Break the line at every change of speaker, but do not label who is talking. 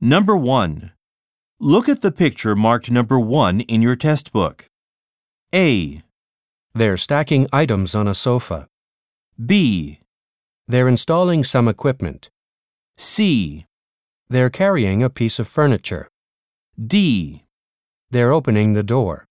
Number 1. Look at the picture marked number 1 in your test book. A,
They're stacking items on a sofa.
B,
They're installing some equipment.
C,
They're carrying a piece of furniture.
D.
They're opening the door.